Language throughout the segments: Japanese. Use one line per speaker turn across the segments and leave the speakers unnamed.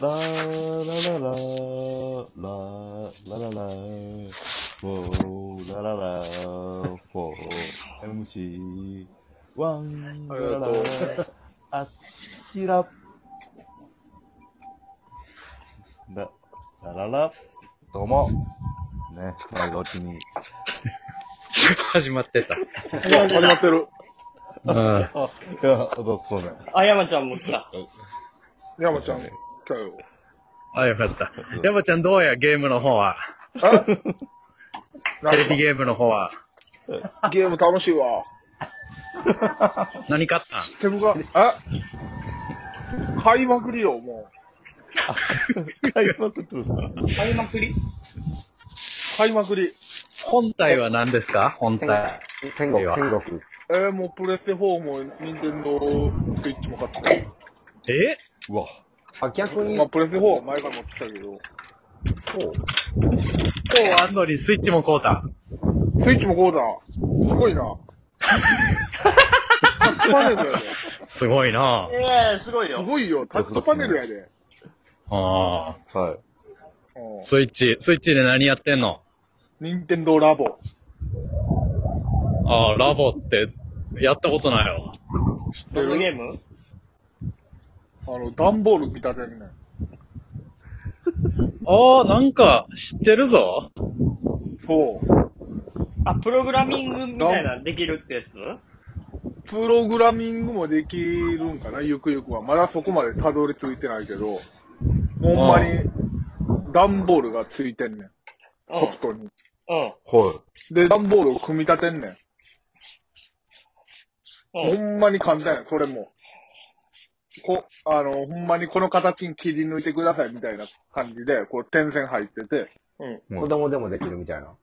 ラーラララー、ラーラララー、フォーラララー、フォー、MC、ワン、
あ
ラ
りが
ララ
とう
ー、あっちら、ラ、ラララ、どうも、ね、前がおちに、
始まってた。
始まってる。
うん。
あ、いや、どうそうね。
あ、山ちゃんも来た。
山ちゃん、来たよ。
あ、よかった。山ちゃんどうや、ゲームの方 は。
なん
テレビ
か
ゲームの方は。
ゲーム楽しいわ。
何買ったん
手ぶが、え買いまくりよ、も
買いまくってるんですか
買いまくり
う。買いまくり。
本体は何ですか本体。
天
いい
国、
わ
天国。
えー、もうプレステ4も、ニンテンドースイッチも買って
え
うわ、
あ、逆
た。
に、
まあ、
こ
プレステ4は前から持ってたけど。
う
こうあんのにスイッチもこうた。
スイッチもこうだ。すごいな。タッチパネルやで。す
すごいなぁ。
ええすごいよ。
ごいよ、タッチパネルやで。
あー
はい。
うん
スイッチ、スイッチで何やってんの
ニンテンドーラボ。
ああ、ラボって、やったことないわ。
知って
どのゲ
る
ーム
あの、段ボール見立てるねん。
ああ、なんか、知ってるぞ。
そう。
あ、プログラミングみたいなのできるってやつ
プログラミングもできるんかな、ゆくゆくは。まだそこまでたどり着いてないけど、ほんまに、段ボールがついてんねん。ソフトに。
うん。
は
で、段ボールを組み立てんねん。
う
ほ
ん。
んまに簡単やん、それも。こ、あの、ほんまにこの形に切り抜いてくださいみたいな感じで、こう点線入ってて、
うん。
い。
子供でもできるみたいな。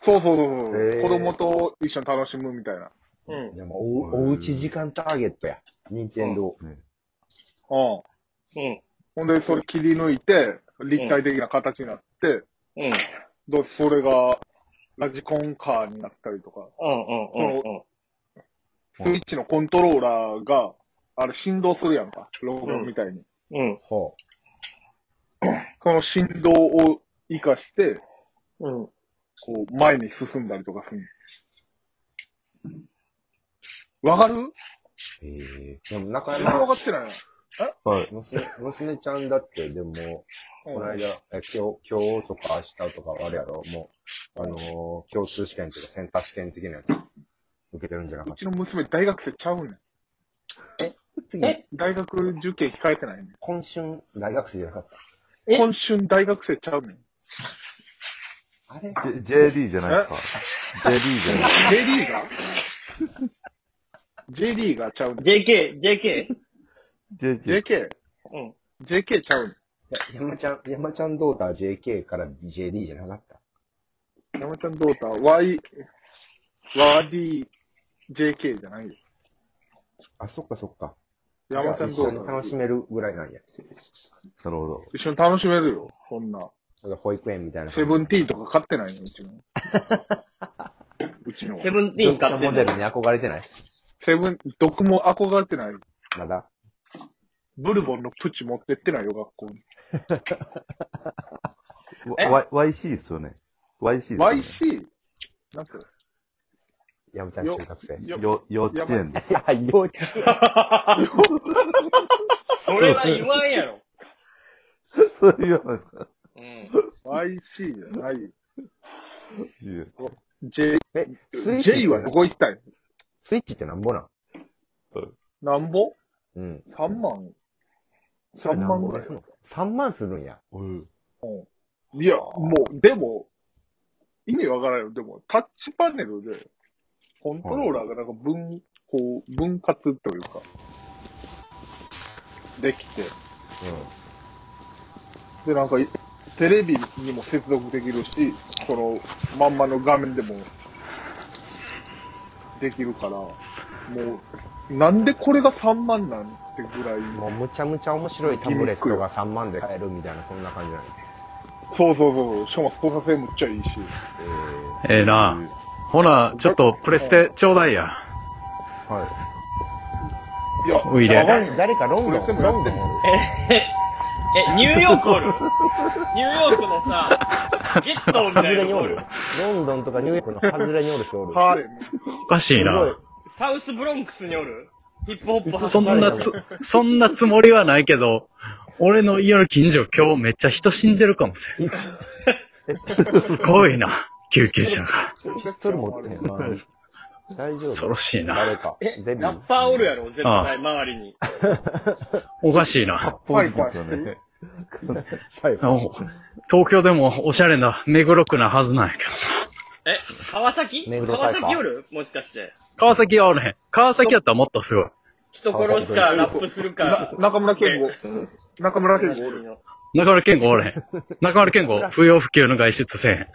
そうそうそうそう、
へー
子供と一緒に楽しむみたいな。
うん。
でもお、おうち時間ターゲットや。任天堂。
ね
うん。
うん。
ほんで、それ切り抜いて、立体的な形になって、
うん。
で、それが、ラジコンカーになったりとか、
うん。うん。うん。
スイッチのコントローラーが、あれ振動するやんか、ロゴみたいに。
うん。
ほ
その振動を活かして、
うん。
こう、前に進んだりとかする。わかる
ええ
う。でも、中
それわ
山、
かってない
はい。
娘、娘ちゃんだって、でも、この
うん
間、え今日、今日とか明日とか、あれやろ、もう、あのー共通試験とか選択試験的なやつ、受けてるんじゃなか
う
っ
ちの娘大学生ちゃうねん。
た。次、
え
大学受験控えてないねん。
今春、大学生じゃなかっ
え
今春大学生ちゃうねん。
た。あれ
J- JD じゃないですか。JD じゃない。
J リーガー ?J リーガーちゃうねん。
JK、JK?
JD。
JK、
うん。
JK ちゃうねん。
山ちゃん、山ちゃんドーター JK から JD じゃなかった。
山ちゃんどうた ?Y、ワーディー JK じゃないよ。
あ、そっかそっか。
山ちゃん
一
ど
緒
う
に
た
楽しめるぐらいなんや。
なるほど。
一緒に楽しめるよ。こんな。
あの保育園みたいな。
セブンティーンとか買ってないの、うちの。うちの。
セ
セ
ブンティーン買って
読者モデ
る
ル。に憧れてない
ブン、どこも憧れてない。
まだ。
ブルボンのプチ持ってってないよ、学校に。
え
Y- YC ですよね。YC ですよね。
YC? なんか、
山ちゃん中学生。
よ、
よ幼稚園です。
いや、幼稚
それは言わんやろ。
そういうなんですか。
うん。
YC じゃない。
いいです
J、
え、スイッチ。
J はどこ行ったん
スイッチってなんぼなん
なんぼ
うん。
?3 万
それな
三
んぼ
万ぐらい
すんの ?3 万するんや。
うん。
うん。いや、もう、でも、意味わからんよ。でも、タッチパネルで、コントローラーがなんか分、こう、分割というか、できて、で、なんかい、テレビにも接続できるし、その、まんまの画面でも、できるから、もう、なんでこれが3万なんてぐらい、
もうむちゃむちゃ面白いタブレットが3万で買えるみたいな、そんな感じなんや。
そうそうそう、しかも操作性むっちゃいいし、
ええなほな、ちょっとプレステちょうだいや。
いや、
おいで
やばい
えー誰かロンドン、
それでもや
ロ
っ
ン
てん
ドン
の
おる
え、え、ニューヨークおるニューヨークのさ、ゲットーみ
外
たいな
れに
の
お
おる
る。ロンドンとかニューヨークの外れにおる人おる。
ハーレム。
おかしいな。
サウスブロンクスにおるヒップホップ発
そ
信
んなつ、そんなつもりはないけど、俺の家の近所今日めっちゃ人死んでるかもしれん。すごいな、救急車が。
ピストル持ってんの大丈夫
恐ろしいな
誰か。
え、
デビ
ラッ
ー。
パーおるやろ絶対周りに。
おかしいな。
怖い怖い
ですよね。
最後。
お東京でもおしゃれな、目黒区なはずなんやけどな。
え、川崎
目黒タ
川
イパー
崎おるもしかして。
川崎はおれへん。川崎やったらもっとすごい。
人殺すか、ラップするか。
中村健吾。中村健吾おる。
あ、
中村健吾おれへん。中村 健吾、不要不急の外出せえへん。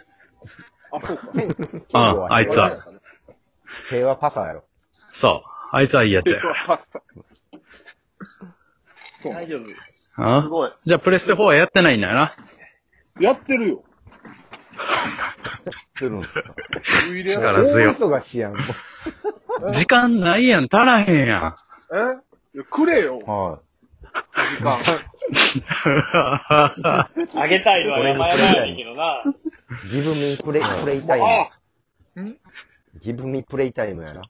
そうか。
ああ、あいつは。
平和パサーやろ。
そう。あいつはいいやつや。
そう。
大丈夫。
あ
ごい
じゃあ、プレステ4はやってないんだよな。
やってるよ。
してるんですか
力強い。
大忙しやん。
時間ないやん、足らへん やん。
えいやくれよ、
は
時間。
あげたいのは山々やねんけどな。
ギブミプレイ、プレイタイム。ギブミプレイタイムやな。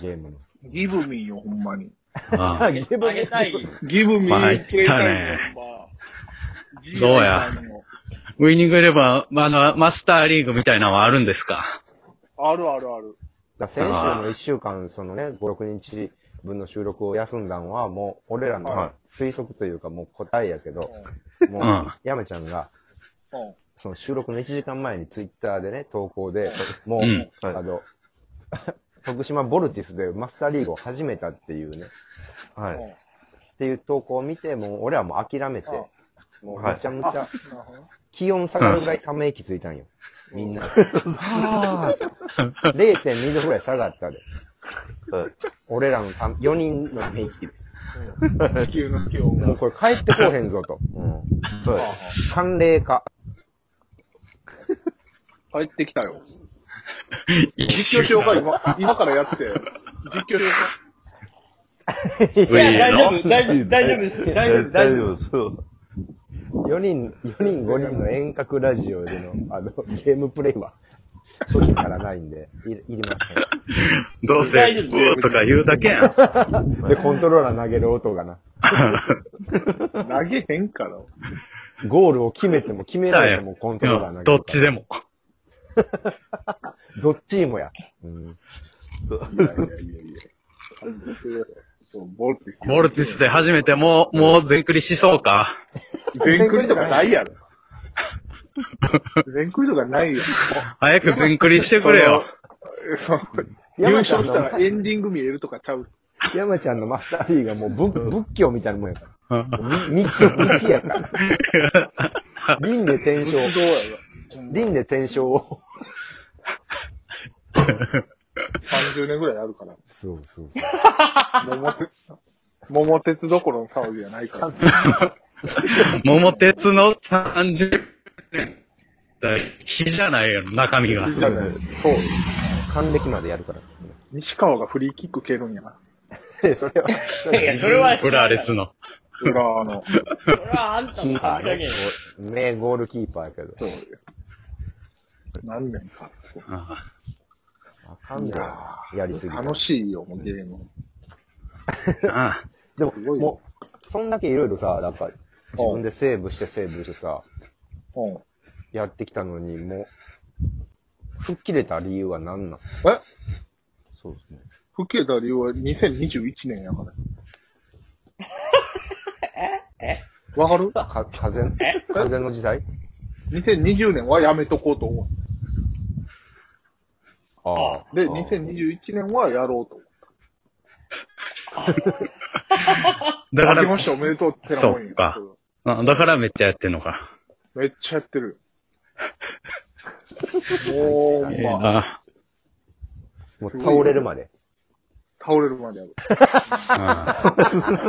ゲームの。
ギブミーよ、ほんまに。
あ
ギ
あげたい。
ギブミ
参
ー
っ、
プレイ
た
タイ
ね
ムほんま。
どうや
GI さんの
ウィニングイレブン、あの、マスターリーグみたいなのはあるんですか
あるあるある。
だから先週の一週間、そのね、5、6日分の収録を休んだんは、もう、俺ら
はい
の推測というか、もう答えやけど、もう
うん、
やめちゃんが、
うん。
その収録の1時間前にツイッターでね、投稿で、もう、
うん
はい
あの、 徳島ボルティスでマスターリーグを始めたっていうね、
い。は
うん
い。
っていう投稿を見て、もう俺はもう諦めて、もう
はい
めちゃめちゃ、
なるほど
気温下がるぐらいため息ついたんよ。みんな。
は
0.2度ぐらい下がったで。
はい
俺らのた4人のため息で。
うん地球の気温
もう
が。
これ帰ってこうへんぞと。うん。
は
寒冷化。
帰ってきたよ。
一
実況しようか、今。今からやって。実況しよ
いや、大丈夫、
い。
大丈夫、大丈夫です。大丈夫、大丈夫。
夫です。そう
4人、4人5人の遠隔ラジオでの、あの、ゲームプレイは、ちょっとからないんで、いいりま
どうせ、うーとか言うだけやん。
せん。で、コントローラー投げる音がな、
うか。投げへんから。
ゴールを決めても決められてもコントローラー投げる
どっちでも。
どっちもや。うん。
そうボルティ
ボルティスで初めてもう、もう全クリしそうか。
ス。全クリとかないやろ。全クリとかないよ。
早く全クリしてくれよ。
その優
山ち
勝
ゃん
した
の
らエンディング見えるとかちゃう。
山ちゃんのマスターリーがもう仏仏教みたいなもんやから。
うん
み道、道やから。輪廻転
どうや
生。
ろ。
輪廻転生を。
30年ぐらいあるから。
そうそう
桃鉄、桃鉄どころの騒ぎじゃないから。
桃鉄の30年代、火じゃないよ、中身が。
そう。
還暦までやるから。 そ
西川がフリーキック蹴るんやな。
れは、
いや、それは、それ
裏
は
列の。
裏の。
あんた
キ
の
ーパ
さ
ー
じやけ
ね
ん。。
名ゴールキーパーやけど。
そう。何年か。
あ
あかんな。やりすぎた。
楽しいよ、もうゲーム。
あ
でも、
すごいよ
もう、そんだけいろいろさ、なんか、自分でセーブしてセーブしてさ、
うん。
やってきたのに、もう、吹っ切れた理由は何なん
え
そうですね。
吹けた理由は2021年やから。 ええわかる
か風の、風の時代
?2020 年はやめとこうと思
ああ。
う。で、2021年はやろうと思う。明けま
だから
し、ておめでとうってなもんや
そうかあだからめっちゃやってんのか。
めっちゃやって る。もう、まあ、
あ
もう倒れるまで。
倒れるまでやる。
あ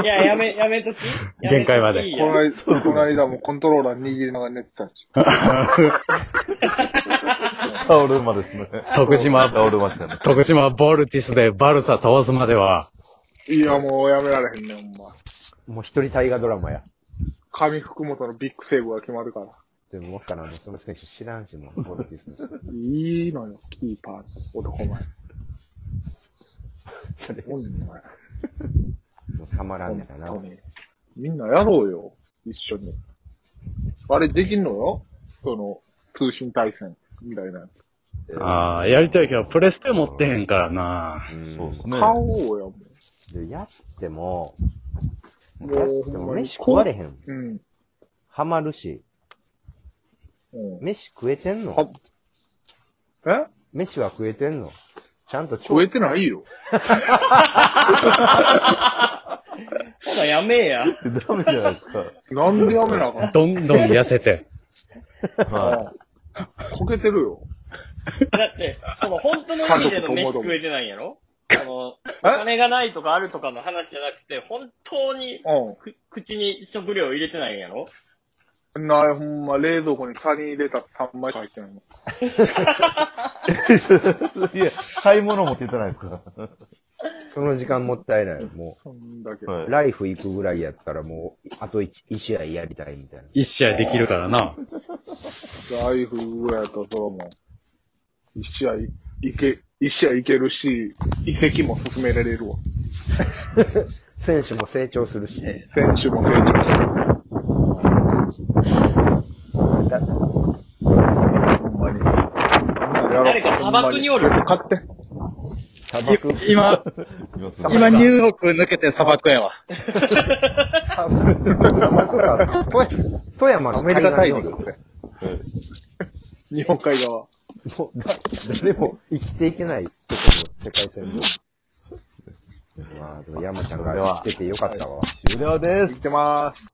いや、やめ、やめとき。やめとき
限界まで
いい
こ
や
の間、この間もコントローラー握りながら寝てたし。
タオルマですね。
徳島
タオルマですね。
徳島ボルティスでバルサ倒すまでは、
いや、もうやめられへんねん、ほんま。
もう一人大河ドラマや。
上福本のビッグセーブが決まるから。
でも、僕からもその選手知らんし、もう、ボルティス。
いいのよ、キーパー、男前。
それ、も
おんのよ
うたまらんねやな。
本当にみんなやろうよ、一緒に。あれできんのよその、通信対戦みたいなやつ。
ああ、やりたいけど、プレステ持ってへんから な。
うん
そうですね。
買おうよ、も
で、やっても、
う。
やっ
もう、
て
ほん
も
まに
飯食われへん。
うん。
ハマるし、
うん、
飯食えてん
は
の
え
飯は食えてんのちゃんと
食えてないよ。
ほら、やめえや。
ダメじゃないですか。
なんでやめなあかん
どんどん痩せて。
は
こけてるよ。
だって、その本当の意味での飯食えてないんやろあの、お金がないとかあるとかの話じゃなくて、本当に
う
く口に食料を入れてないんやろ
ん。な、ほんま、冷蔵庫にサニーレタス3枚しか入ってないの。
い。いや、買い物持っていたないですか。
その時間もったいない。も
そんだけ。
う、
は
ライフ行くぐらいやったらもう、あと 1, 試合やりたいみたいな。
一試合できるからな。
ライフぐらいやったら、それはもう、一試合いけ、一試合いけるし、移籍も進められるわ。
選手も成長するし、
選手も成長する。
だ
ほんまに。誰
誰か砂漠におる
買って。
砂漠、
今、
い。います
今ニューヨーク抜けて砂漠やわ。
砂漠が、富富山の
アメリカ大
海岸
陸
におる
はい
日本海側。
も う、だ誰も生きていけないとこの世界線 で。まあ、でも山ちゃんが生きててよかったわ。
終了です
行っ。てまーす。